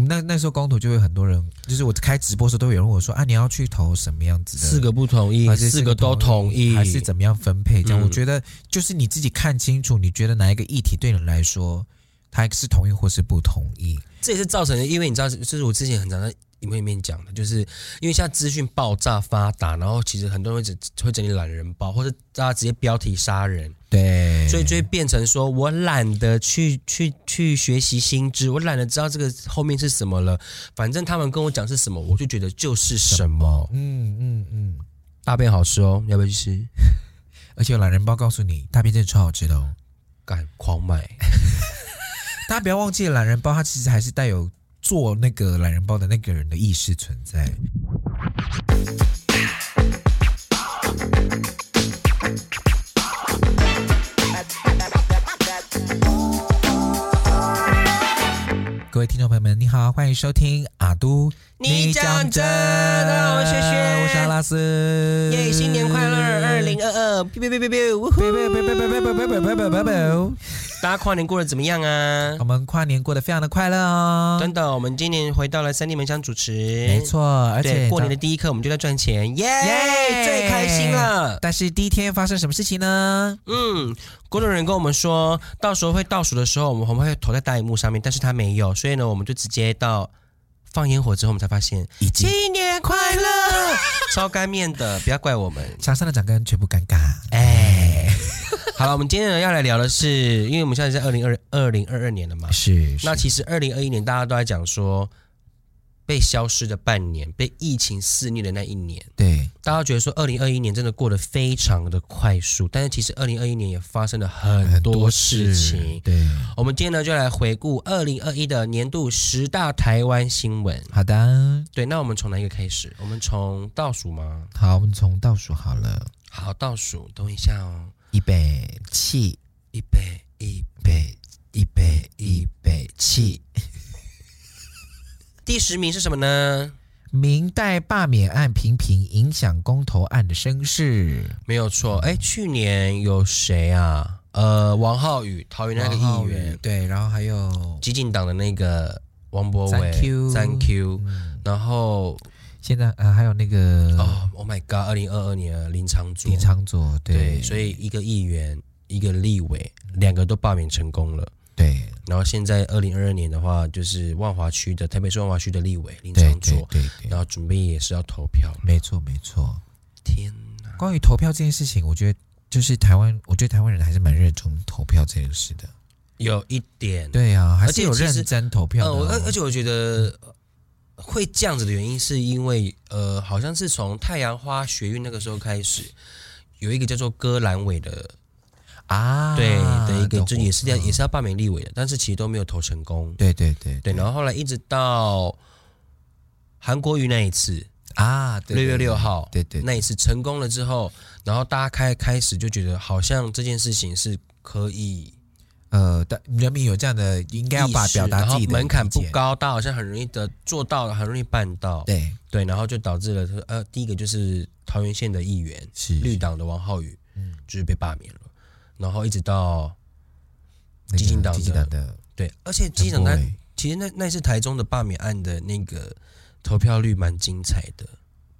们那那时候公投就会很多人，就是我开直播的时候都有人问我说啊，你要去投什么样子的？四个不同意还，是四个都同意，还是怎么样分配？这样、嗯我觉得就是你自己看清楚，你觉得哪一个议题对你来说，它是同意或是不同意？这也是造成的，因为你知道，就是我之前很常在影片里面讲的，就是因为现在资讯爆炸发达，然后其实很多人会只会整理懒人包，或者大家直接标题杀人，对，所以就会变成说我懒得去去去学习新知，我懒得知道这个后面是什么了，反正他们跟我讲是什么，我就觉得就是什么。嗯嗯嗯，大便好吃哦，你要不要去吃？而且有懒人包告诉你，大便真的超好吃的哦。敢狂买，大家不要忘记，懒人包它其实还是带有做那个懒人包的那个人的意识存在。各位听众朋友们，你好，欢迎收听阿都你讲真大家好我是轩轩我是阿拉斯，耶！新年快乐，二零二二，哔哔哔哔哔，呜呼！别别别别别别别别别别别别！大家跨年过得怎么样啊我？们跨年过得非常的快乐哦，真的，我们今年回到了三地门乡主持，没错，而且对，过你知道年的第一刻我们就在赚钱，耶、耶最开心了。但是第一天发生什么事情呢？嗯，工作人员跟我们说，到时候会倒数的时候，我们红包会投在大荧幕上面，但是他没有，所以呢，我们就直接到放烟火之后，我们才发现以及新年快乐， 超干面的，不要怪我们。墙上的长官全部尴尬。哎，好了，我们今天呢要来聊的是，因为我们现在是二零二二零二二年了嘛，是，那其实二零二一年大家都在讲说，被消失的半年，被疫情肆虐的那一年。对，大家觉得说，二零二一年真的过得非常的快速，但是其实二零二一年也发生了很多事情。对，我们今天呢就来回顾二零二一的年度十大台湾新闻。好的，对，那我们从哪一个开始？我们从倒数吗？好，我们从倒数好了，好，倒数，等一下哦，预备起，预备，一。备，预备，预备起。第十名是什么呢？明代罢免案频频影响公投案的声势，没有错，哎，去年有谁啊？呃，王浩宇，桃园那个王议浩宇员，对，然后还有，激进党的那个王博三伟 Q 三 Q，嗯，然后现在呃还有那个哦，Oh my God！二零二二年的啊林长佐，李昌佐，对，对，所以一个议员，一个立委，两个都罢免成功了。对，然后现在二零二二年的话，就是万华区的台北市万华区的立委林对长对佐，对对，然后准备也是要投票了。没错没错。天哪！关于投票这件事情，我觉得就是台湾，我觉得台湾人还是蛮认同投票这件事的。有一点，对啊，还而是且有认其实真投票呃，的哦、我而而且我觉得会这样子的原因，是因为呃，好像是从太阳花学运那个时候开始，有一个叫做戈兰伟的啊，对的一个，懂就也是要也嗯是要罢免立委的，但是其实都没有投成功。对对对对，然后后来一直到韩国瑜那一次，啊，对对六月六对号，对对对那一次成功了之后，然后大家开开始就觉得好像这件事情是可以呃，但人民有这样的应该要把意识表达然后自己的门槛意不见，高，大家好像很容易的做到，很容易办到。对对，然后就导致了呃，第一个就是桃园县的议员是绿党的王浩宇，嗯就是被罢免了，然后一直到那个激进党的激进党的对，而且基陈本柏他惟其实那那次台中的罢免案的那个投票率蛮精彩的，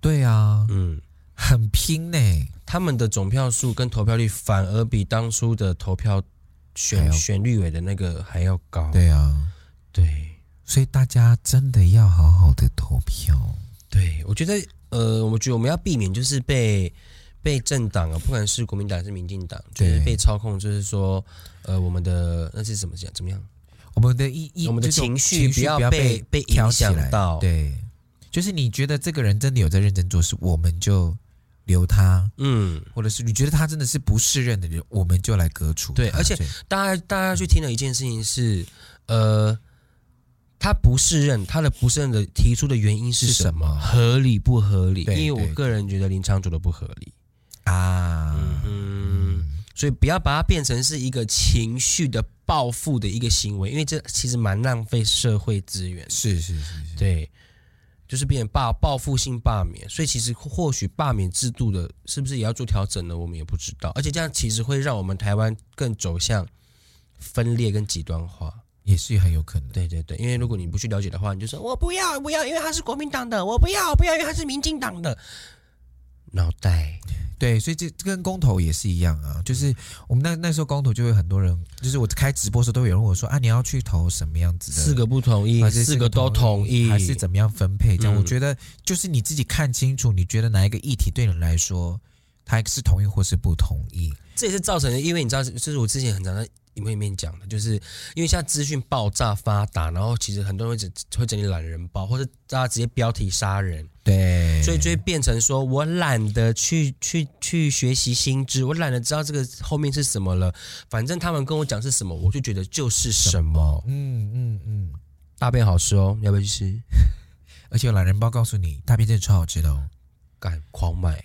对啊，嗯，很拼呢、他们的总票数跟投票率反而比当初的投票还选要选立委的那个还要高，对啊，对所以大家真的要好好的投票。对，我觉得呃，我觉得我们要避免就是被。被政党啊，不管是国民党还是民进党，就是对被操控，就是说，呃，我们的那是怎么讲？怎么样？我们的意意，我们的这种情绪情不绪要不要被被挑影起响来到。，对，就是你觉得这个人真的有在认真做事，我们就留他，嗯，或者是你觉得他真的是不适任的人，我们就来革除他。对而且大家大家去听的一件事情是，呃，他不适任，他的不适任的提出的原因是是什什么？么合理不合理？对因为对我个人觉得林昌佐的不合理。啊，嗯，所以不要把它变成是一个情绪的报复的一个行为，因为这其实蛮浪费社会资源。是是是是，对。就是变成罢报复性罢免，所以其实或许罢免制度的是不是也要做调整呢？我们也不知道，而且这样其实会让我们台湾更走向分裂跟极端化。也是很有可能。对对对，因为如果你不去了解的话，你就说我不要不要，因为他是国民党的，我不要不要，因为他是民进党的。脑袋，对，所以这这跟公投也是一样啊，就是我们那那时候公投就会很多人，就是我开直播的时候都会有人问我说啊，你要去投什么样子的？四个不同意还，是四个都同意，还是怎么样分配？这样、嗯我觉得就是你自己看清楚，你觉得哪一个议题对你来说，它是同意或是不同意？这也是造成的，因为你知道，就是我之前很常在影片里面讲的，就是因为现在资讯爆炸发达，然后其实很多人会整会整理懒人包，或者大家直接标题杀人，对，所以就会变成说我懒得去去去学习新知，我懒得知道这个后面是什么了，反正他们跟我讲是什么，我就觉得就是什么。嗯嗯嗯，大便好吃哦，你要不要去吃？而且有懒人包告诉你，大便真的超好吃的哦。敢狂 买，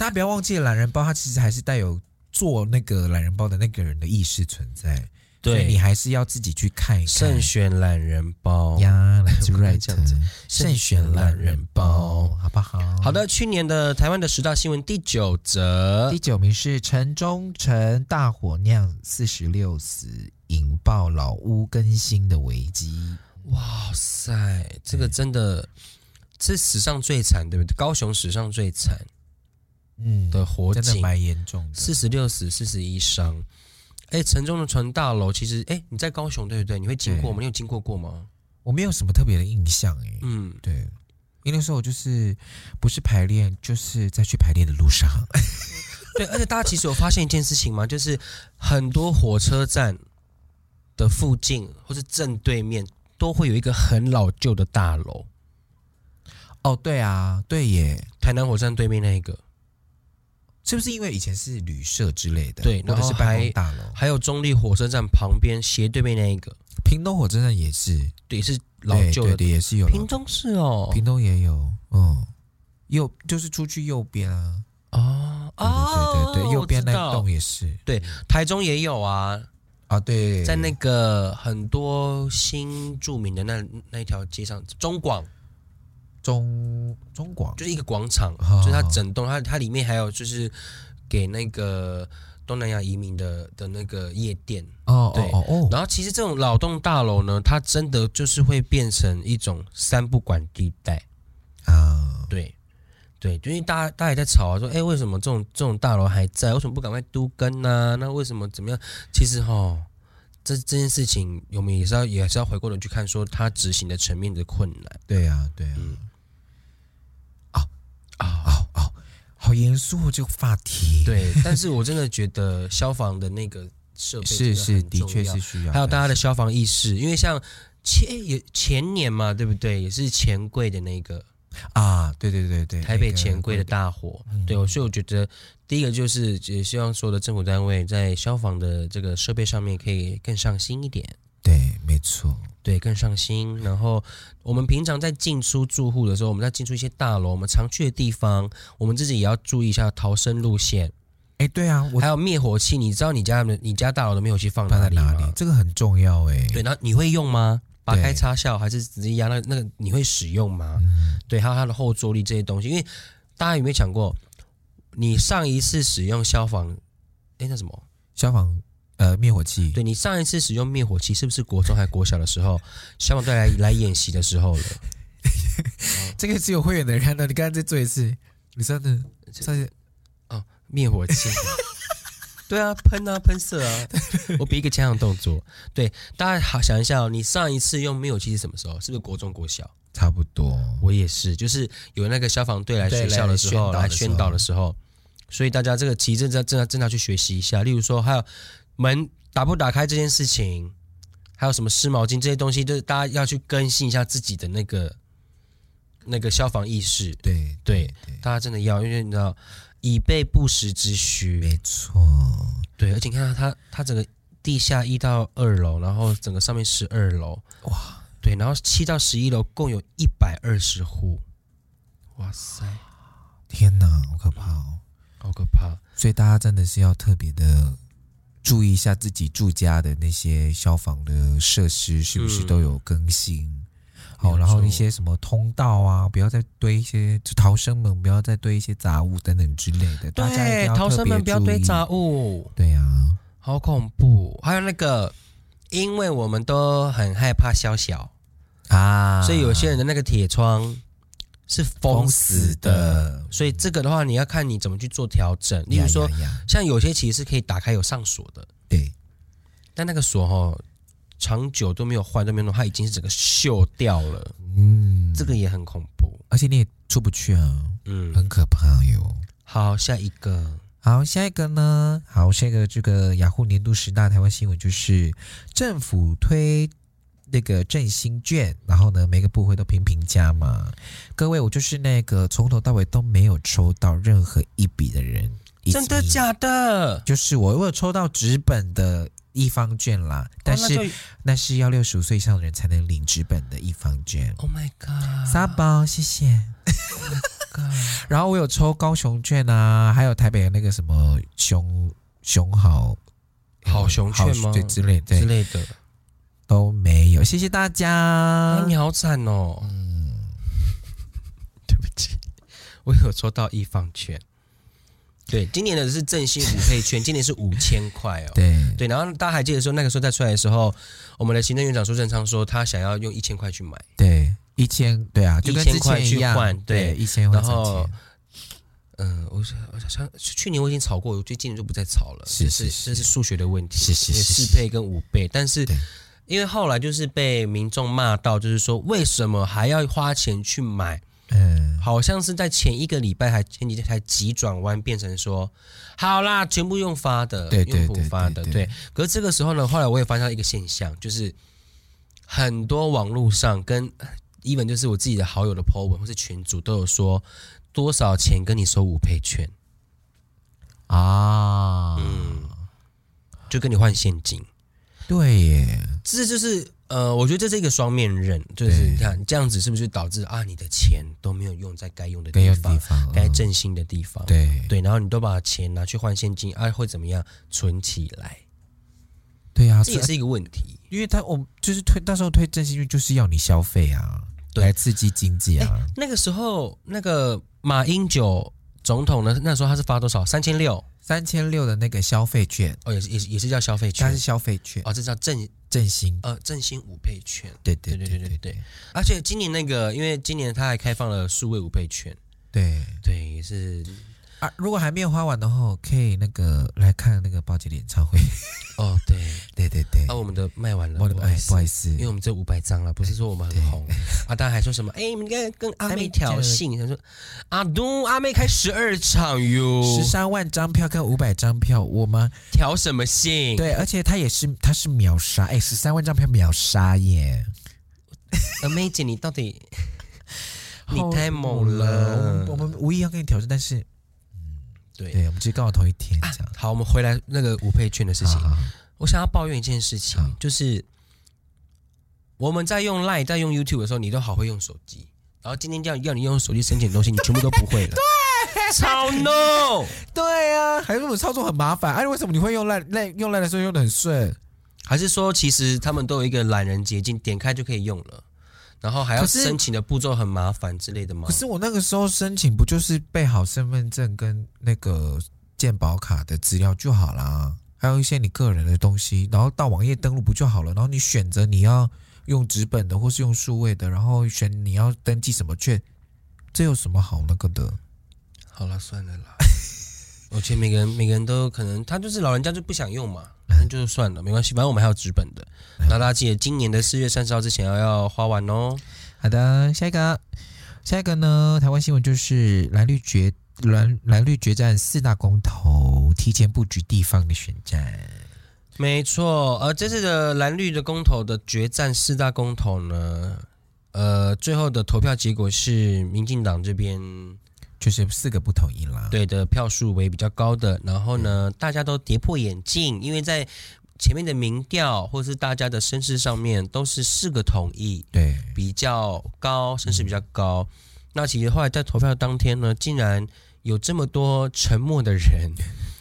大家不要忘记，懒人包它其实还是带有做那个懒人包的那个人的意识存在，所以你对，还是要自己去看一看慎。选懒人包。呀，That's 我刚才 right，这样子哦慎选懒人包，好不好？好的，去年的台湾的十大新闻第九则第，九名是城中城大火酿四十六死，引爆老屋更新的危机。哇塞，这个真的是史上最惨，对不对？高雄史上最惨嗯，的火真的警，蛮严重的。四十六死，四十一伤。哎，城中的船大楼，其实哎，你在高雄对不对？你会经过吗？你有经过过吗？我没有什么特别的印象诶、嗯，对，因为那时候我就是不是排练，就是在去排练的路上。对。而且大家其实有发现一件事情吗？就是很多火车站的附近或是正对面都会有一个很老旧的大楼，哦，对啊，对耶，台南火车站对面那一个。是不是因为以前是旅社之类的？对或者然是后办公还大楼，还有中立火车站旁边斜对面那一个，屏东火车站也是对，也是老对旧对的。对，也是有屏老，东是哦，屏东也有，嗯，右就是出去右边啊。哦对对对对，右边那一。我知道栋也是台中也有啊，啊，对，在那个很多新著名的那那一条街上，中广中中广就是一个广场，哦就是它整栋，它它里面还有就是给那个东南亚移民的的那个夜店。哦对哦哦哦，然后其实这种老栋大楼呢，它真的就是会变成一种三不管地带。啊，对，对，就因为大家大家也在吵啊，说，哎，为什么这种这种大楼还在？为什么不赶快都更呢、那为什么怎么样？其实哈，这这件事情，我们也是要也是要回过头去看，说它执行的层面的困难。对呀、啊、对呀、嗯啊，啊啊啊啊，好严肃哦这个话题，，对，但是我真的觉得消防的那个设备是真是，很的重确要是需要，还有大家的消防意识，因为像前也前年嘛，对不对？也是钱柜的那个啊，对对对嗯对，台北那个钱柜的大火，对，我所以我觉得第一个就是也希望所有的政府单位在消防的这个设备上面可以更上心一点，对，没错，对，更上心。然后我们平常在进出住户的时候，我们在进出一些大楼，我们常去的地方，我们自己也要注意一下逃生路线，哎，对啊，我还有灭火器。你知道你家的你家大楼的灭火器放放哪在里哪吗？里？这个很重要哎，对，然后你会用吗？拔对开插销还是直接压那个那个？你会使用吗？对，还有它的后坐力这些东西，因为大家有没有想过，你上一次使用消防，哎，那什么？消防呃灭火器，对你上一次使用灭火器是不是国中还国小的时候，消防队来来演习的时候了？这个只有会员的人看到，你刚才再做一次，你真的上次哦灭火器。 对啊，喷啊，喷射啊！我比一个强强动作。对，大家好想一下哦，你上一次用灭火器是什么时候？是不是国中、国小？差不多，我也是，就是有那个消防队来对学校的时候，来来宣宣导导的的时候，所以大家这个其实正在正在正在去学习一下，例如说还有门打不打开这件事情，还有什么湿毛巾这些东西，就是大家要去更新一下自己的那个那个消防意识，对对对，大家真的要，因为你知道以备不时之需，没错。对，而且你看啊它它整个地下一到二楼，然后整个上面十二楼，哇，对，然后七到十一楼共有一百二十户，哇塞！天哪，好可怕哦！好可怕！所以大家真的是要特别的注意一下自己住家的那些消防的设施是不是嗯都有更新。没好，有然后错一些什么通道啊，不要再堆一些就逃生门，不要再堆一些杂物等等之类的。大家一定对，逃生门不要堆杂物。物，对呀、啊，好恐怖！还有那个因为我们都很害怕宵小，啊，所以有些人的那个铁窗是封封死死的。的，所以这个的话，你要看你怎么去做调整。例如说，呀呀呀像有些其实是可以打开有上锁的，对，但那个锁哦，长久都没有换，都没有弄，它已经是整个锈掉了。嗯，这个也很恐怖。而且你也出不去啊，嗯，很可怕哟。好，下一个，好，下一个呢？好，下一个这个雅虎年度十大台湾新闻就是政府推那个振兴券，然后呢，每个部会都评评价嘛。各位，我就是那个从头到尾都没有抽到任何一笔的人，真的 It's me 假的？就是我，我有抽到纸本的一方券啦，但是、哦那就那是要六十五岁以上的人才能领纸本的一方券。 Oh my god！沙包，谢 谢。然后我有抽高雄券啊，还有台北的那个什么熊熊好呃好熊券吗对之类之对类的。都没有，谢谢大家啊，。你好惨哦。嗯， 对不起，我有抽到一方券。对，今年的是振兴五配券，今年是五千块哦。对对，然后大家还记得说，那个时候再出来的时候，我们的行政院长苏贞昌说，他想要用一千块去买，对，一千对啊，就跟之1000块前一去样换，对对一千换然三后千，，嗯、我想，我想，去年我已经吵过，我最近就不再吵了，是这是是这是数学的问题，是是因为是四是倍跟五倍，但是对因为后来就是被民众骂到，就是说为什么还要花钱去买？嗯，好像是在前一个礼拜还前几天才急转弯，变成说好啦，全部用发的，对对用补对发对的，对对。可是这个时候呢，后来我也发现到一个现象，就是很多网络上跟呃 even 就是我自己的好友的 po 文或是群主都有说多少钱跟你收五倍券，啊，嗯，就跟你换现嗯金。对耶，这就是呃，我觉得这是一个双面刃，就是对你看这样子是不是导致啊你的钱都没有用在该用的没地有方地，方，该嗯振兴的地方，对对，然后你都把钱拿去换现金，啊会怎么样？存起来，对啊，这也是一个问题。因为他我们就是推那时候推振兴券，就是要你消费啊，对来刺激经济啊。 那个时候那个马英九总统呢，那时候他是发多少？三千六，三千六的那个消费券，哦，也是也是也是叫消费它券是，消费券，哦，这叫振振兴。呃振兴五倍券。对对对对对对对对对对而且今年那个，因为今年他还开放了数位五倍券，对对，也是啊！如果还没有花完的话，可以那个来看那个包姐的演唱 会。哦，对，对对对，啊，我们的卖完了，我的不好哎意，思不好意思因，为我们这五百张了，不是说我们很红啊，大家还说什么？哎，你们跟跟阿妹挑衅，他说阿东阿妹开十二场哟，十三万张票跟五百张票，我们挑什么衅？对，而且他也是他是秒杀，哎，十三万张票秒杀耶！阿妹姐，你到底 你好太猛啊了？我们我们无意要跟你挑战，但是对嗯对，啊我们只是刚好同一天这样。啊好，我们回来那个五倍券的事情好，好好我想要抱怨一件事情好，就是我们在用 Line 在用 YouTube 的时候，你都好会用手机，然后今天叫要你用手机申请的东西，你全部都不会了， 对，超 no。对啊，还是我们操作很麻烦。哎、为什么你会用烂烂用烂的时候用的很顺？还是说，其实他们都有一个懒人捷径，点开就可以用了，然后还要可是申请的步骤很麻烦之类的吗可？是我那个时候申请不就是备好身份证跟那个健保卡的资料就好啦，还有一些你个人的东西，然后到网页登录不就好了？然后你选择你要用纸本的或是用数位的，然后选你要登记什么券，这有什么好那个的？好了，算了啦。 我觉得每个人每个人都可能，他就是老人家就不想用嘛，那就算了，没关系，反正我们还有纸本的。那大家记得今年的四月三十号之前要要花完哦。好的，下一个，下一个呢？台湾新闻就是蓝绿决蓝蓝绿决战四大公投，提前布局地方的选战。没错，呃，这次的蓝绿的公投的决战四大公投呢，呃，最后的投票结果是民进党这边就是四个不同意啦。，对的票数为比较高的，然后嗯呢，大家都跌破眼镜，因为在前面的民调或是大家的声势上面都是四个同意对，比较高，声势比嗯较高。那其实后来在投票当天呢，竟然有这么多沉默的人，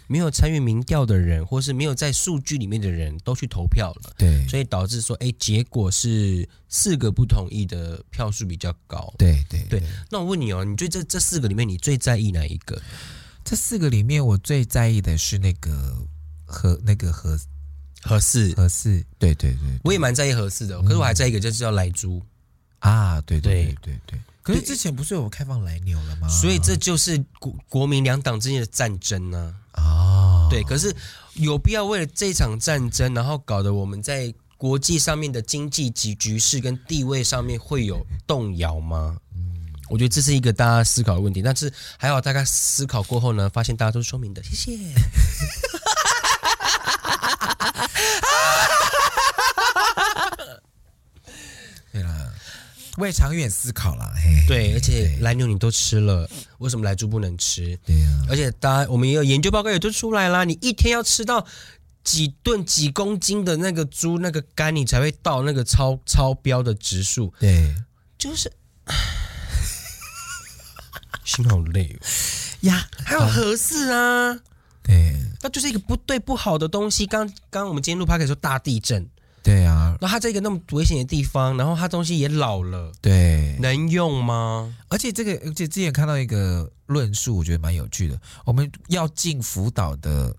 没有参与民调的人，或是没有在数据里面的人都去投票了，对，所以导致说，哎，结果是四个不同意的票数比较高。对，对，对那我问你哦，你对这这四个里面，你最在意哪一个？这四个里面，我最在意的是那个核那个核合适，合适，对对对我也蛮在意合适的，可是我还在意一个就是叫来猪，啊，对对对对对。可是之前不是有开放来牛了吗？所以这就是国国民两党之间的战争呢、啊，对，可是有必要为了这场战争，然后搞得我们在国际上面的经济及局势跟地位上面会有动摇吗？我觉得这是一个大家思考的问题，但是还好大家思考过后呢，发现大家都是聪明的，谢谢。对啦，为长远思考啦，嘿， 对，而且蓝牛你都吃了，为什么莱猪不能吃？对啊呀，而且大家我们也有研究报告也都出来啦，你一天要吃到几吨几公斤的那个猪那个肝，你才会到那个超超标的指数，对，就是，心好累哦。呀，还有合适啊，对那就是一个不对不好的东西。刚刚我们今天录 p o d 说大地震，对啊，然后它在一个那么危险的地方，然后它东西也老了，对，能用吗？而且这个，而且之前看到一个论述，我觉得蛮有趣的。我们要禁辅导的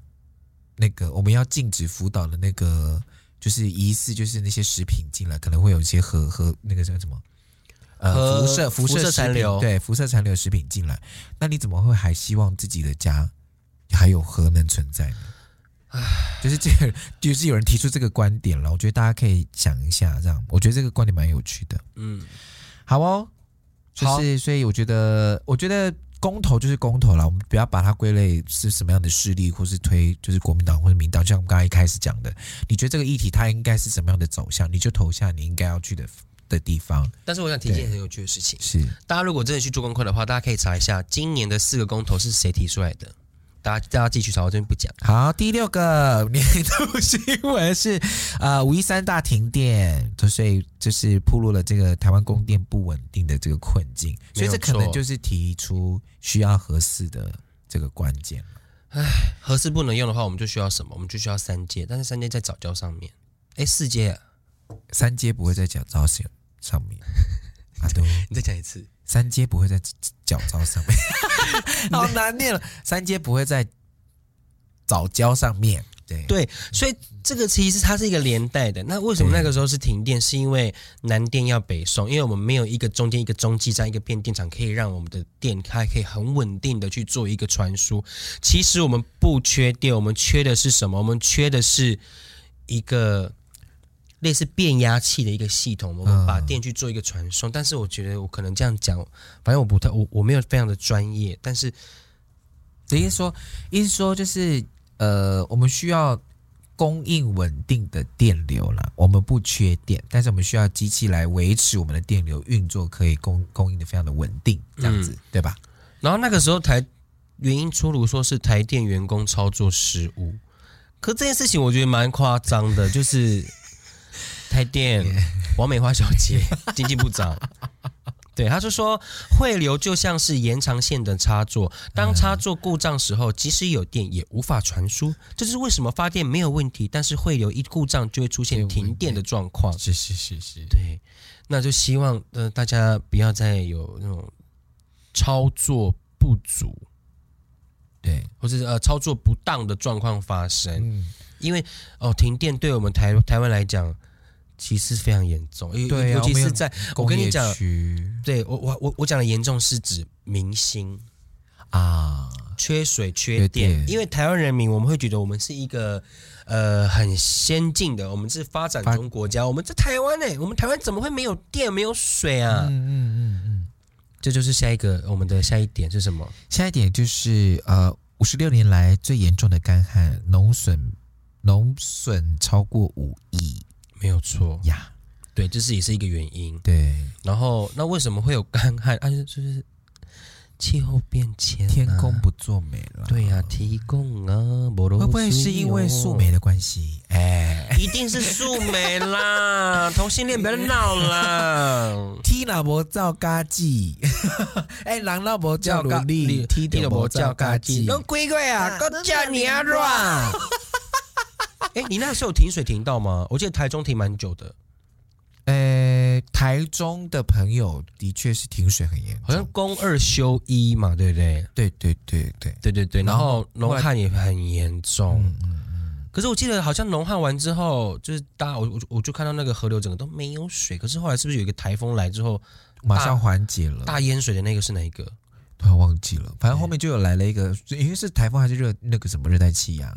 那个，我们要禁止辅导的那个，就是疑似就是那些食品进来可能会有一些核核那个叫什么？呃，核辐射辐辐射射残食品留对辐射残留食品进来，那你怎么会还希望自己的家还有核能存在呢？就是这个，就是有人提出这个观点了，我觉得大家可以想一下，这样，我觉得这个观点蛮有趣的。嗯，好哦，就好是所以我觉得，我觉得公投就是公投啦，我们不要把它归类是什么样的势力，或是推就是国民党或者民党，就像我们刚刚一开始讲的，你觉得这个议题它应该是什么样的走向，你就投下你应该要去的的地方。但是我想提一件很有趣的事情，是大家如果真的去做功课的话，大家可以查一下今年的四个公投是谁提出来的。大家大家继续查，我这边不讲。好，第六个年度新闻是呃五一三大停电，就所以就是暴露了这个台湾供电不稳定的这个困境，所以这可没有能错就是提出需要合适的这个关键。合适不能用的话，我们就需要什么？我们就需要三阶，但是三阶在早教上面，哎，四阶、啊，三阶不会在脚招上上面， 啊对，你再讲一次。三阶不会在脚招上面， 好难念了。三阶不会在早教上面，对对，所以这个其实它是一个连带的。那为什么那个时候是停电？是因为南电要北送，因为我们没有一个中间一个中继站一个变电厂，可以让我们的电它可以很稳定的去做一个传输。其实我们不缺电，我们缺的是什么？我们缺的是一个。类似变压器的一个系统，我们把电去做一个传送。但是我觉得我可能这样讲，反正我不太我我没有非常的专业，但是直接说，意思说就是呃，我们需要供应稳定的电流啦，我们不缺电，但是我们需要机器来维持我们的电流运作，可以供供应的非常的稳定，这样子、对吧？然后那个时候台原因出炉，说是台电员工操作失误，可这件事情我觉得蛮夸张的，就是台电王美花小姐经济部长。对，他就说汇流就像是延长线的插座，当插座故障时候，即使有电也无法传输。这就是为什么发电没有问题，但是汇流一故障就会出现停电的状况。是是是是，对，那就希望呃大家不要再有那种操作不足对，或者是呃操作不当的状况发生，嗯。因为哦停电对我们台台湾来讲其实非常严重，因为对啊尤其我们有是在我工跟你业讲区对我我我我讲的严重是指明星啊，缺水缺缺电电，因为台湾人民我们会觉得我们是一个呃很先进的，我们是发展发中国家，我们在台湾呢、我们台湾怎么会没有电没有水啊？嗯嗯嗯。这就是下一个我们的下一点是什么？下一点就是呃，五十六年来最严重的干旱，农损农损超过五亿没有错，呀。对，这是也是一个原因。对，然后那为什么会有干旱？啊，就是就是气候变迁、啊天公。不作美了。对呀、提供啊，会会不会是因为树？莓的关系？哎一定是树莓 啦！同性恋不要闹啦！ ，Tina 无照嘎叽， 哎，人老无照努力，Tina 无照嘎叽。拢鬼鬼 啊，都都叫你啊都叫乱！ 哎，你那时候停水停到吗？我记得台中停蛮久的，呃，台中的朋友的确是停水很严好像重。公二休一嘛，对不对？对对对对，对对对，然然后后农后来旱也很严重，可是我记得好像农旱完之后，就是大家我我就我就看到那个河流整个都没有水。可是后来是不是有一个台风来之后，马上缓解了，大淹水的那个是哪一个？突然忘记了，反正后面就有来了一个，因为是台风还是热那个什么热带气压，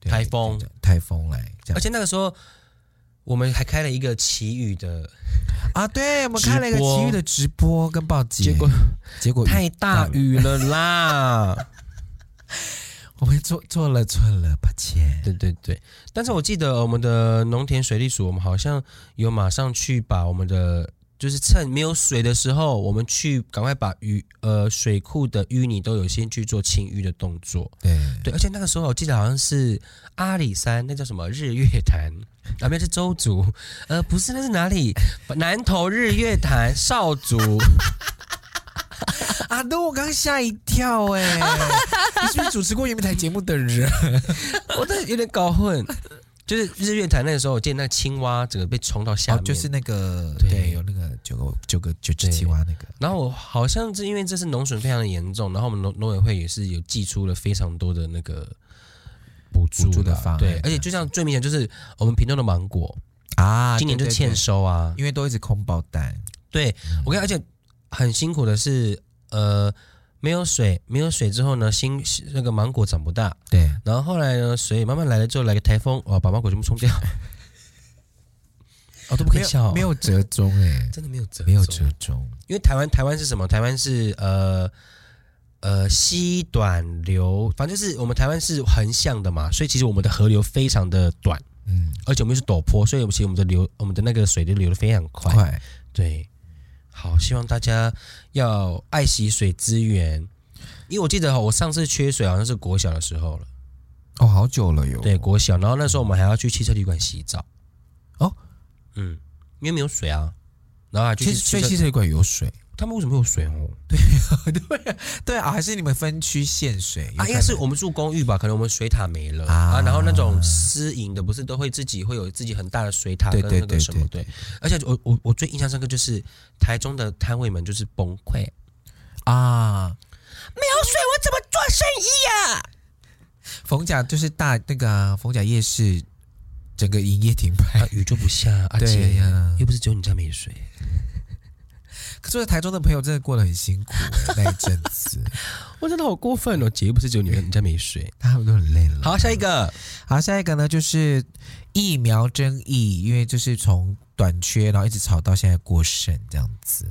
对啊台风，就这样台风来，这样而且那个时候我们还开了一个祈雨的，啊，对，我们直播看了一个奇遇的直播跟报警，结果结果太大雨了啦。我们做做了错了，抱歉。对对对，但是我记得我们的农田水利署，我们好像有马上去把我们的，就是趁没有水的时候，我们去赶快把鱼呃水库的淤泥都有先去做清淤的动作。对，对，而且那个时候我记得好像是阿里山，那叫什么日月潭，那边是周族，呃，不是那是哪里？南投日月潭少族。啊，那我刚吓一跳哎、你是不 是主持过圆明台节目的 人？我真的有点搞混。就是日月潭那个时候，我见那个青蛙整个被冲到下哦，面，就是那个对对，有那个九个九个九只对青蛙那个，然后我好像是因为这次农损非常的严重，然后我们农农委会也是有寄出了非常多的那个补助补助的啦方案对，而且就像最明显就是我们屏东的芒果，啊今年就对对欠对收啊。因为都一直空包单，对我跟你讲而且很辛苦的是，呃，没有水，没有水之后呢，新那个芒果长不大，对，然后后来呢，水慢慢来了之后，来个台风，哇，把芒果全部冲掉。 哦，都不可没以笑哦、有没有折中哎、真的没有折，没有折中，因为台湾台湾是什么？台湾是呃呃西短流，反正就是我们台湾是横向的嘛，所以其实我们的河流非常的短，嗯，而且我们又是陡坡，所以我们其实我们的流我们的那个水流流的非常快。快，对，好，希望大家要爱惜水资源，因为我记得我上次缺水好像是国小的时候了，哦，好久了哟，对，国小，然后那时候我们还要去汽车旅馆洗澡。哦，嗯，因为没有水啊，然后还去其实汽所以车汽车旅馆有水，他们为什么没有水哦？对啊，还是你们分区限水有啊，可应该是能我们住公寓吧，可能我们水塔没了啊啊然后那种私营的不是都会自己会有自己很大的水塔对跟对那对个什对么对，而且我我我最印象深刻就是台中的摊位们就是崩溃，啊，没有水我怎么做生意？逢甲就是大那个啊，逢甲夜市整个营业停啊牌，，雨就不下，阿对姐呀、又不是只有你家没水，可是台中的朋友真的过得很辛苦、那一阵子，我真的好过分哦，姐又不是只有你你家没水。 他们都很累了。 好，下一个，好，下一个呢就是疫苗争议，因为就是从短缺，然后一直吵到现在过剩这样子，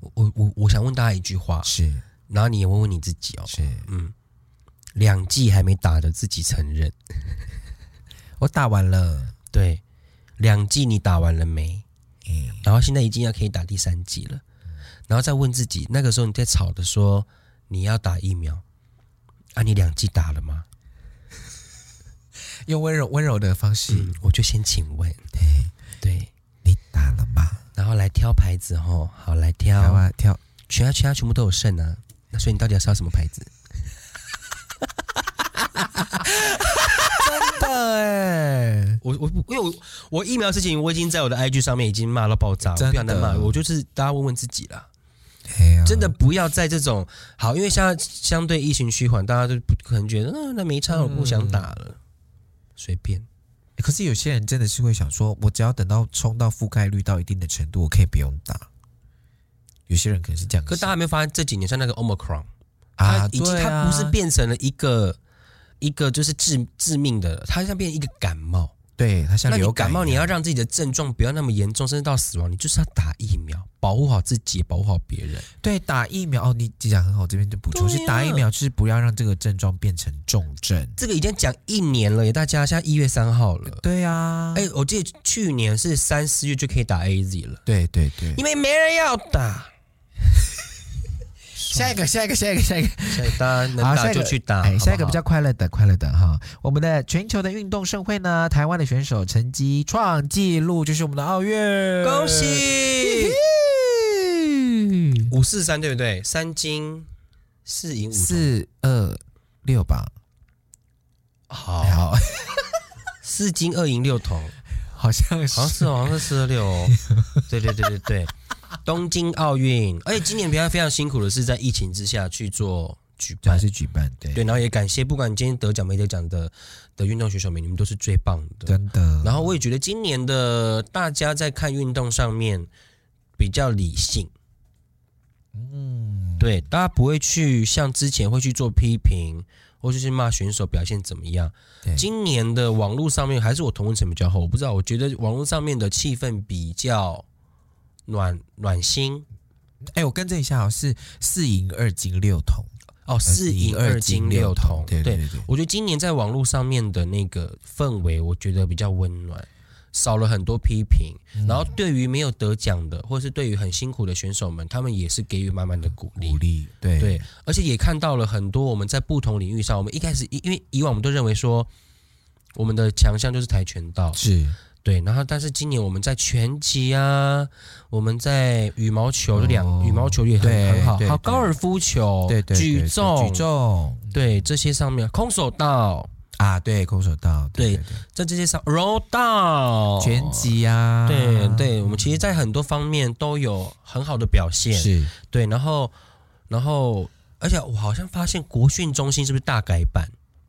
我我我我想问大家一句话，是然后你也问问你自己哦，是，嗯，两剂还没打的自己承认，我打完了，对，两剂你打完了没？诶、然后现在已经要可以打第三剂了，然后再问自己，那个时候你在吵的说你要打疫苗，啊，你两剂打了吗？用温柔温柔的方式，嗯，我就先请问，对，你打了吗？然后来挑牌子哦，好来台挑，湾跳全家全家全部都有剩啊，那所以你到底要是要什么牌子？真的哎、我我因为我我疫苗事情我已经在我的 IG 上面已经骂到爆炸，我真不想再的骂，我就是大家问问自己啦。哎呀真的不要在这种好，因为现在相对疫情趋缓，大家就不可能觉得，嗯、那没差，我不想打了，随便。欸可是有些人真的是会想说，我只要等到冲到覆盖率到一定的程度，我可以不用打。有些人可能是这样想，可大家有没有发现这几年像那个 Omicron，啊，它已经对它啊不是变成了一个一个就是致致命的，它像变成一个感冒。对，他像那你流感冒，一你样要让自己的症状不要那么严重，甚至到死亡，你就是要打疫苗，保护好自己，保护好别人。对打疫苗哦，你讲很好，这边就补充、对啊是打疫苗，就是不要让这个症状变成重症。这个已经讲一年了耶，大家现在一月三号了。对啊，哎、我记得去年是三四月就可以打 A Z 了，对对对，因为没人要打。下一个，下一个，下一个，下一个。下一个大家能好下打一个就去哎，打，啊好不好下一个比较快乐的，快乐的哈。我们的全球的运动盛会呢，台湾的选手成绩创纪录，就是我们的奥运，恭！喜嘿五四三对不对？三金四银五铜四二六吧，好好， 四金二银六铜，好像是好像是哦好像是四 二六哦。对对对对哎对，东京奥运，而且今年比较非常辛苦的是在疫情之下去做举这办样。是举办，对，对，然后也感谢不管你今天得奖没得奖的的运动选手们，你们都是最棒的。真的。然后我也觉得今年的大家在看运动上面比较理性，嗯，对，大家不会去像之前会去做批评，或者是骂选手表现怎么样对。今年的网络上面还是我同温层比较厚，我不知道，我觉得网络上面的气氛比较暖暖心哎，我更正一下哦，是四赢二金六铜，呃哦，四赢二金六铜，对对对对，我觉得今年在网络上面的那个氛围，我觉得比较温暖，少了很多批评。嗯然后对于没有得奖的，或是对于很辛苦的选手们，他们也是给予满满的鼓励鼓。励，对对，而且也看到了很多我们在不同领域上，我们一开始因因为以往我们都认为说我们的强项就是跆拳道，是对。然后但是今年我们在拳击啊，我们在羽毛球就两、哦羽毛球也很对很好，对好对高尔夫球、对对对举对重、举重对这些上面空手道。啊，对空手道，对对对在这些上柔道、对拳、击啊，对哦对，我们其实，在很多方面都有很好的表现。是对，然后，然后，而且我好像发现国训中心是不是大改版？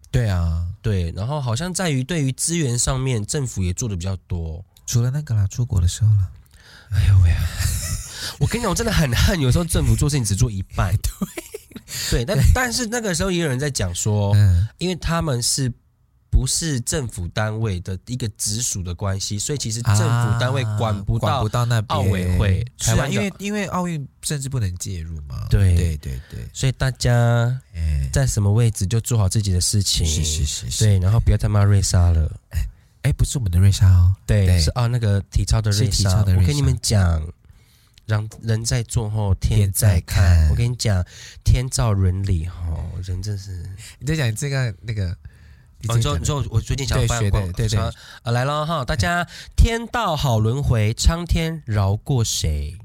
对啊，对，然后好像在于对于资源上面，政府也做的比较多。除了那个啦，出国的时候啦，我跟你讲，我真的很恨，有时候政府做事情只做一半。对，对，但但是那个时候也有人在讲说，嗯，因为他们是不是政府单位的一个直属的关系，所以其实政府单啊位管不管到不到那边奥委会台湾是啊因为因为奥运甚至不能介入嘛，对对对对，所以大家哎，在什么位置就做好自己的事情。是是是是，对，然后不要再骂瑞莎了。哎，不是我们的瑞莎哦，对，对是啊、那个体操的瑞是体莎。操的瑞莎我跟你们讲，让人在做后天天在在看。看我跟你讲，天照伦理哦，人真是。你在讲这个那个，哦，你说这你个说我最近想要对办学的广对对想要啊来了哈，大家天道好轮回，苍天饶过谁？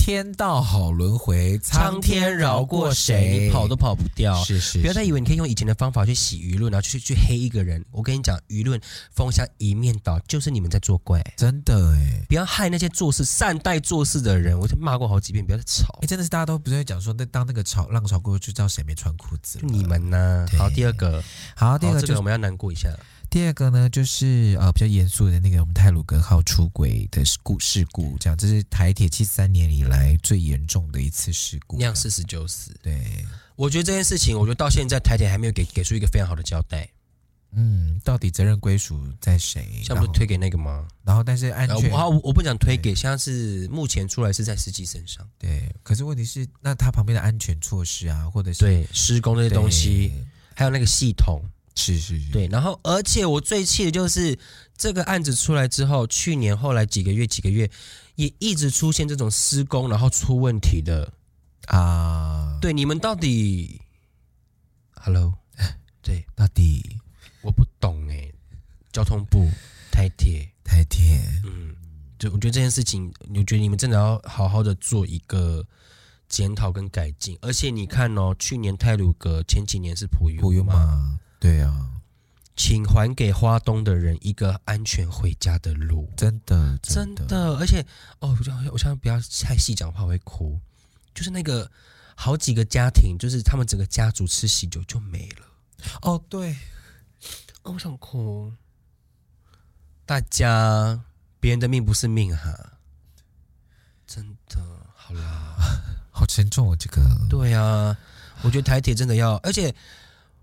天道好轮回，苍天饶过谁？你跑都跑不掉。是是，不要再以为你可以用以前的方法去洗舆论，然后去去黑一个人。我跟你讲，舆论风向一面倒，就是你们在作怪。真的哎。不要害那些做事善待做事的人，我就骂过好几遍，不要再吵哎，。真的是大家都不是会讲说，那当那个潮浪潮过去，知道谁没穿裤子就了。你们呢、对好，第二个，好，第二嗯好个这就个是我们要难过一下。第二个呢，就是呃比较严肃的那个我们泰鲁格号出轨的事故事故，这样这是台铁七三年以来最严重的一次事故。酿四十九死，对，我觉得这件事情，我觉得到现在台铁还没有给给出一个非常好的交代。嗯，到底责任归属在谁？像然不后是推给那个吗？然后但是安呃全、我啊，我我不讲推给，现在是目前出来是在司机身上。对，可是问题是，那他旁边的安全措施啊，或者是对，施工那些东西，，还有那个系统，是是是，对，然后而且我最气的就是这个案子出来之后，去年后来几个月几个月也一直出现这种施工然后出问题的。啊，对，你们到底，Hello，对，到底我不懂哎、交通部、台铁，台铁嗯，就我觉得这件事情，我觉得你们真的要好好的做一个检讨跟改进。而且你看哦，去年泰鲁阁，前几年是普不悠用嘛，吗？对啊，请还给花东的人一个安全回家的路。真的真的的，而且哦，我就我现在不要太细讲话，我会哭。就是那个好几个家庭，就是他们整个家族吃喜酒就没了，哦，对，哦、我想哭。大家，别人的命不是命哈、真的，好啦，好沉重哦，这个对啊，我觉得台铁真的要，而且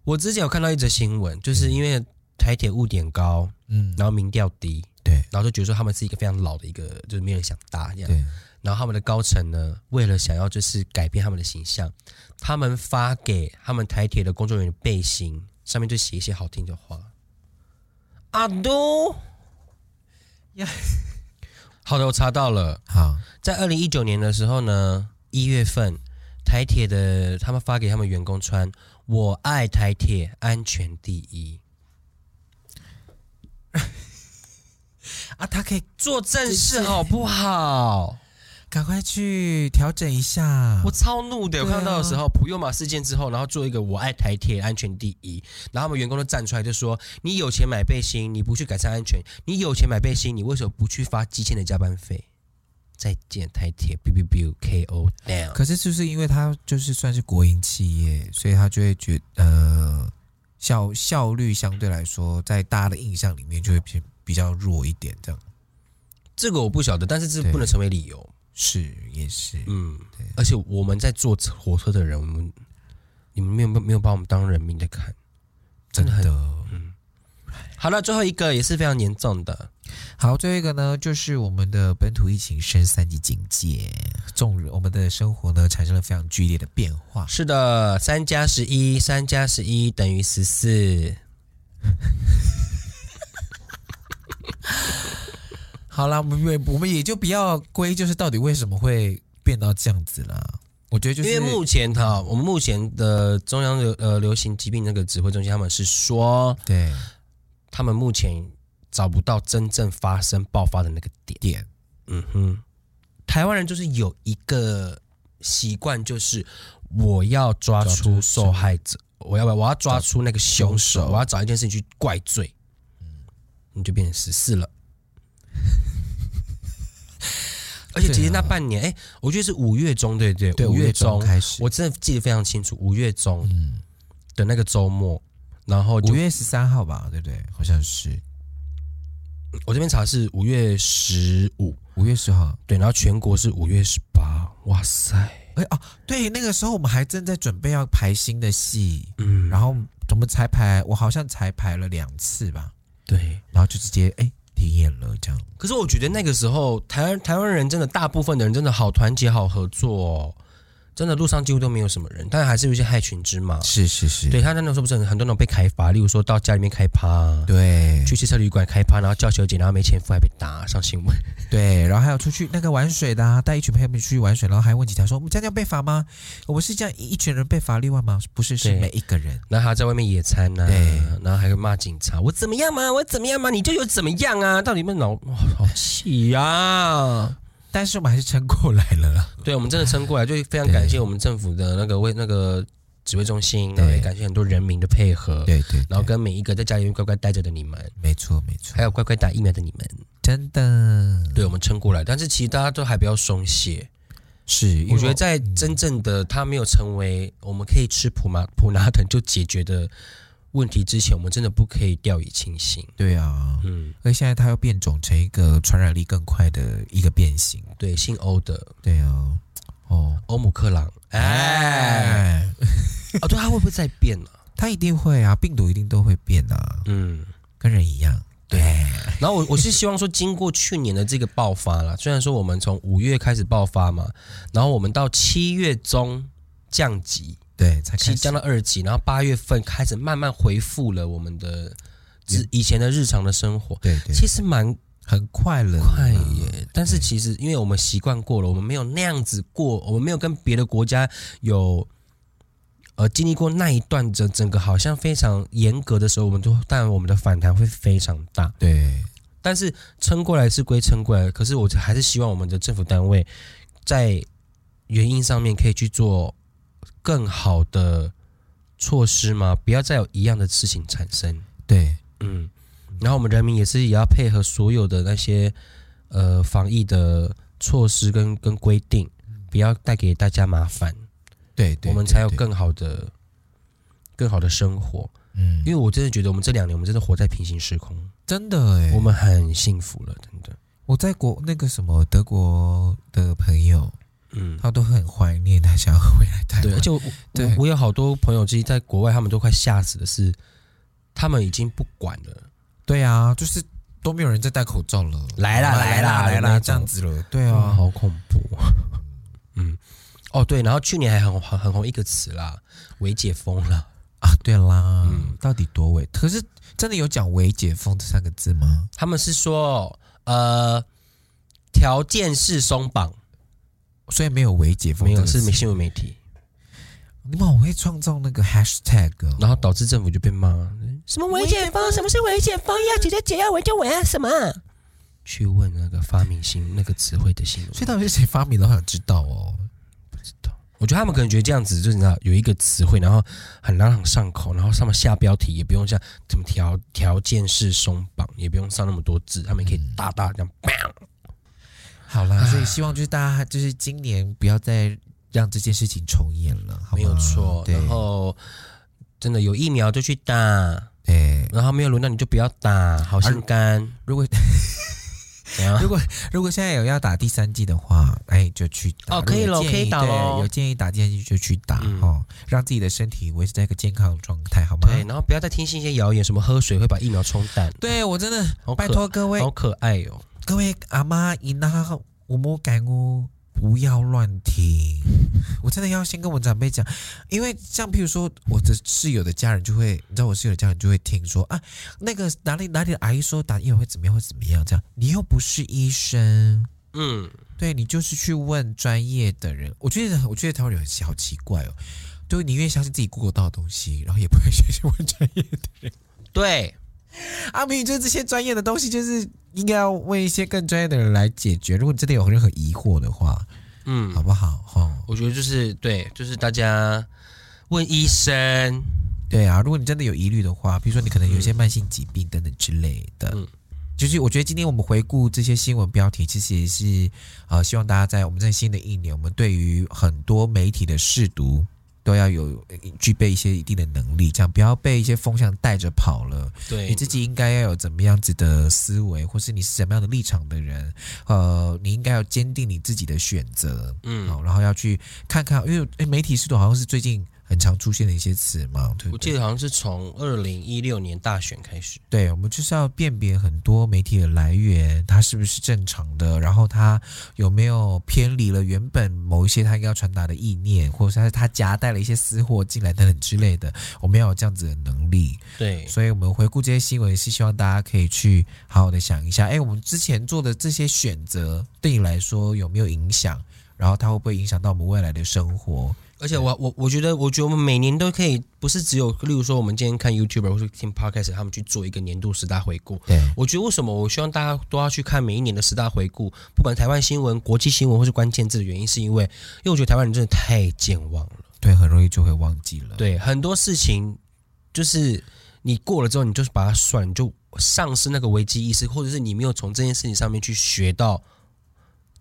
我之前有看到一则新闻，就是因为台铁误点高，嗯，然后民调低，对然后就觉得说他们是一个非常老的一个，就是没有人想搭这样。对，然后他们的高层呢，为了想要就是改变他们的形象，他们发给他们台铁的工作人员的背心上面就写一些好听的话。阿都呀，好的，我查到了，好，在二零一九年的时候呢，一月份台铁的他们发给他们员工穿“我爱台铁，安全第一啊，他可以”，做正事好不好？赶快去调整一下我。超怒的，我对啊看到的时候，普悠玛事件之后，然后做一个我爱台铁安全第一，然后他们员工都站出来就说：你有钱买背心，你不去改善安全；你有钱买背心，你为什么不去发几千的加班费？再见台铁 biu biu biu K O down。可是是不是因为他就是算是国营企业，所以他就会觉呃效效率相对来说，在大家的印象里面就会比比较弱一点，这样这个我不晓得，但是这对不能成为理由。是也是，嗯，而且我们在坐火车的人，我们你们没有没有把我们当人民在看。真真的很嗯的。好了，最后一个也是非常严重的，好，最后一个呢，就是我们的本土疫情升三级警戒，众人我们的生活呢产生了非常剧烈的变化。是的，三加十一，三加十一等于十四。好啦，我们也我们也就不要归，就是到底为什么会变到这样子啦？我觉得就是因为目前哈，我们目前的中央流呃流行疾病那个指挥中心，他们是说对他们目前找不到真正发生爆发的那个点。点嗯哼，台湾人就是有一个习惯，就是我要抓抓出出受害者，我要不要我要抓出那个凶凶手，手我要找一件事情去怪罪，你就变成十四 了。而且其实那半年，哎、我觉得是五月中，对对对五月中中开始，我真的记得非常清楚，五月中嗯的那个周末，然后就五月十三号吧，对不对？好像是我这边查是五月十五，五月十号。对，然后全国是五月十八，哇塞，哎哦，对，那个时候我们还正在准备要排新的戏，嗯，然后我们才排，我好像才排了两次吧，对，然后就直接哎停演了这样。可是我觉得那个时候台湾台湾人真的大部分的人真的好团结好合作哦，真的路上几乎都没有什么人，但还是有一些害群之马，是是是，对他那时候不是很很多那种被开罚，例如说到家里面开趴。对去汽车旅馆开趴，然后叫小姐，然后没钱付还被打，上新闻。对，然后还有出去那个玩水的、啊，带一群朋友们出去玩水，然后还问警察说：“我们这样要被罚吗？我们是这样一一群人被罚六万吗？不是，是对每一个人。然后还在外面野餐呐、对然后还会骂警察，我怎么样嘛，我怎么样嘛，你就有怎么样啊？到底有没有脑，哇好气呀、 但是我们还是撑过来了啦。对，我们真的撑过来，就非常对感谢我们政府的那个卫那个指挥中心，对然后也感谢很多人民的配合，对对然后对跟每一个在家里面乖乖待着的你们，没错没错还，有乖乖打疫苗的你们，真的对我们撑过来。但是其实大家都还不要松懈，是，因为我觉得在真正的他没有成为我们可以吃普麻普拿疼就解决的问题之前，我们真的不可以掉以轻心。对啊，嗯，而现在它又变种成一个传染力更快的一个变形。对，姓欧的对啊，哦，欧姆克朗，哎，哎，哦，对，他会不会再变呢、它一定会啊，病毒一定都会变啊，嗯。跟人一样。对，然后我我是希望说，经过去年的这个爆发啦，虽然说我们从五月开始爆发嘛，然后我们到七月中降级，对，才七开降始到二级，然后八月份开始慢慢恢复了我们的日以前的日常的生活，对对，其实蛮很快了，快耶。但是其实因为我们习惯过了，我们没有那样子过，我们没有跟别的国家有。呃，经历过那一段整整个好像非常严格的时候，我们都但我们的反弹会非常大。对，但是撑过来是归撑过来，可是我还是希望我们的政府单位在原因上面可以去做更好的措施嘛，不要再有一样的事情产生。对，嗯，然后我们人民也是也要配合所有的那些呃防疫的措施跟跟规定，不要带给大家麻烦，对，对我们才有对更好的更好的生活。嗯因，为我真的觉得我们这两年我们真的活在平行时空，真的哎，我我们很幸福了，真的。我在国那个什么德国的朋友，嗯，他都很怀念，他想要回来台湾。对，啊而且我对我我有好多朋友，其实在国外，他们都快吓死的是，他们已经不管了。对啊，就是都没有人在戴口罩了，来啦来啦来啦这样子了，对哇，啊，好恐怖。 嗯，哦对，然后去年还很很很红一个词啦，微解封啦。啊，对啦，嗯到底多伪？可是真的有讲“伪解封”这三个字吗？他们是说，呃，条件是松绑，所以没有“伪解封”没这有个词是新闻媒体，你们好会创造那个 hashtag，哦然后导致政府就被骂，什么危险风？什么是危险风？要姐姐姐要闻就闻啊！什么？去问那个发明新那个词汇的新闻所以。到底是谁发明的？我想知道哦。我觉得他们可能觉得这样子就是你知道有一个词汇，然后很朗朗上口，然后上面下标题也不用像怎么条条件式松绑，也不用上那么多字，他们可以大大这样，砰好啦，所以希望就是大家就是今年不要再让这件事情重演了，好吗没有错。哦对然后真的有疫苗就去打，对，然后没有轮到你就不要打，好心肝。 如果怎样如果如果现在有要打第三剂的话，哎，就去打。哦可以如果咯有建议可以打对咯有建议打第三剂就去打、嗯哦，让自己的身体维持在一个健康的状态，好吗？对，然后不要再听信一些谣言，什么喝水会把疫苗冲淡，对我真的好可拜托各位好可爱哦。各位阿妈姨呐，我莫改哦，不要乱听。我真的要先跟我长辈讲，因为像譬如说我的室友的家人就会，你知道我室友的家人就会听说啊，那个哪里哪里的阿姨说打疫苗会怎么样会怎么样，这样你又不是医生，嗯，对你就是去问专业的人。我觉得，我觉得台湾人好奇怪哦，就是你越相信自己 Google 到的东西，然后也不会先去问专业的。对，阿明，就是这些专业的东西，就是应该要问一些更专业的人来解决。如果你真的有任何疑惑的话，嗯好，不好？哦，我觉得就是对，就是大家问医生，对啊，如果你真的有疑虑的话，比如说你可能有一些慢性疾病等等之类的。嗯就是我觉得今天我们回顾这些新闻标题，其实也是呃，希望大家在我们在新的一年，我们对于很多媒体的试读都要有呃具备一些一定的能力，这样不要被一些风向带着跑了。对，你自己应该要有怎么样子的思维，或是你是什么样的立场的人，呃，你应该要坚定你自己的选择，嗯好，然后要去看看，因为诶媒体试读好像是最近很常出现的一些词嘛，对不我记对？得好像是从二零一六年大选开始，对，我们就是要辨别很多媒体的来源，它是不是正常的，然后它有没有偏离了原本某一些它应该要传达的意念，或者是它它夹带了一些私货进来等等之类的，我们要有这样子的能力。对，所以我们回顾这些新闻，也是希望大家可以去好好的想一下，哎，我们之前做的这些选择对你来说有没有影响？然后它会不会影响到我们未来的生活？而且我我我觉得，我觉得我们每年都可以，不是只有，例如说我们今天看 YouTube 或者听 Podcast，他们去做一个年度十大回顾。对我觉得为什么我希望大家都要去看每一年的十大回顾，不管台湾新闻、国际新闻或是关键字的原因，是因为因为我觉得台湾人真的太健忘了，对，很容易就会忘记了。对很多事情就是你过了之后，你就是把它算，你就丧失那个危机意识，或者是你没有从这件事情上面去学到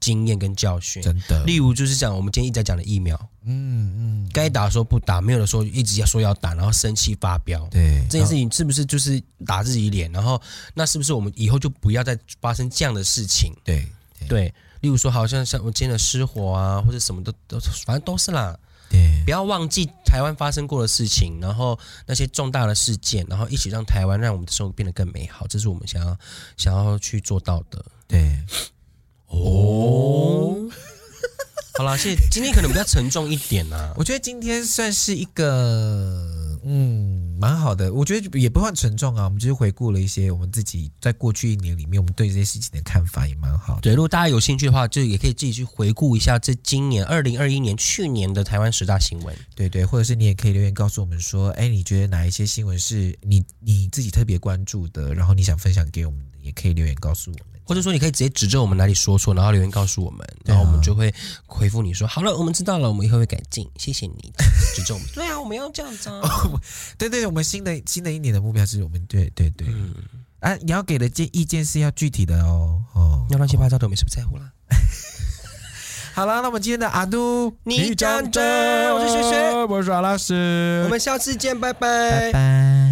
经验跟教训。真的，例如就是讲我们今天一直在讲的疫苗，嗯嗯，该打的时候不打，没有的时候一直要说要打，然后生气发飙。对，这件事情是不是就是打自己脸？然后那是不是我们以后就不要再发生这样的事情？对对，例如说好像像我今天的失火啊，或者什么都都，反正都是啦。对不要忘记台湾发生过的事情，然后那些重大的事件，然后一起让台湾让我们的生活变得更美好，这是我们想要想要去做到的。对，哦，好啦，谢谢。今天可能比较沉重一点啊。我觉得今天算是一个嗯蛮好的，我觉得也不算沉重啊，我们就是回顾了一些我们自己在过去一年里面我们对这些事情的看法，也蛮好的。对，如果大家有兴趣的话，就也可以自己去回顾一下这今年二零二一年去年的台湾十大新闻。对对，或者是你也可以留言告诉我们说，哎，你觉得哪一些新闻是你你自己特别关注的，然后你想分享给我们的，也可以留言告诉我们。或者说，你可以直接指正我们哪里说错，然后留言告诉我们，对然啊后我们就会回复你说：“好了，我们知道了，我们以后会改进，谢谢你指正我们。” 对啊，我们要这样子啊。对对，我们新的新的一年的目标是我们对对对，嗯，啊，你要给的建意见是要具体的哦哦。要乱七八糟的，我们是不在乎啦。好了，那我们今天的阿都你讲讲真我是雪雪我是阿拉斯，我们下次见，拜拜拜。